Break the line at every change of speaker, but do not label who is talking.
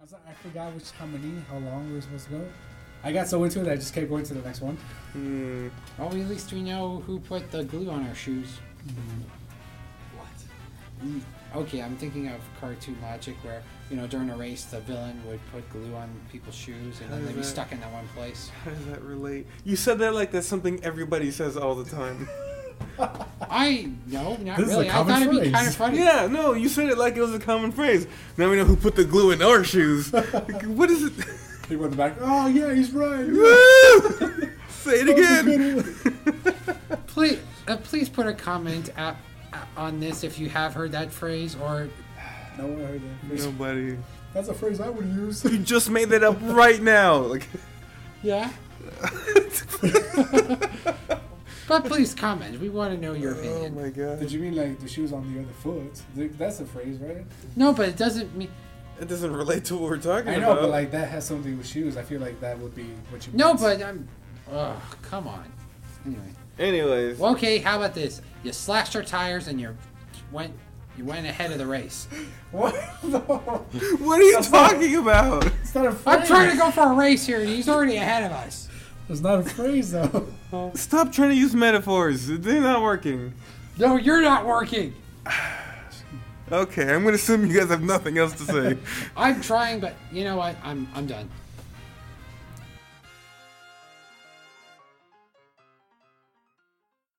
was like, I forgot which how many, how long we were supposed to go. I got so into it, I just kept going to the next one.
Hmm.
Well, we, at least we know who put the glue on our shoes.
What?
Mm, Okay, I'm thinking of cartoon logic where, you know, during a race, the villain would put glue on people's shoes and
How
then they'd be
does that-
stuck in that one place.
How does that relate? You said that like that's something everybody says all the time.
I, no, not
This is a
really. I
common
thought it'd be
phrase.
kind of funny.
yeah, no, you said it like it was a common phrase. Now we know who put the glue in our shoes. Like, what is it?
He went back. Oh yeah, he's right.
Woo! Say it again.
Please, uh, please put a comment at, uh, on this if you have heard that phrase or
no one heard that. phrase.
Nobody.
That's a phrase I would use.
You just made that up right now. Like,
yeah. but please comment. We want to know your
oh
opinion.
my
Did
god.
you mean like the shoes on the other foot? Th- That's a phrase, right?
No, but it doesn't mean.
It doesn't relate to what we're talking
I know,
about.
but like that has something to do with shoes. I feel like that would be what you.
No,
meant.
but I'm. Ugh, come on. Anyway.
Anyways.
Well, Okay, how about this? You slashed your tires and you went you went ahead of the race.
what? No,
What are you
not-
talking about?
it's not a phrase.
I'm trying to go for a race here, and he's already ahead of us.
It's not a phrase though.
Stop trying to use metaphors. They're not working.
No, you're not working.
Okay, I'm gonna assume you guys have nothing else to say.
I'm trying, but you know what? I'm I'm done.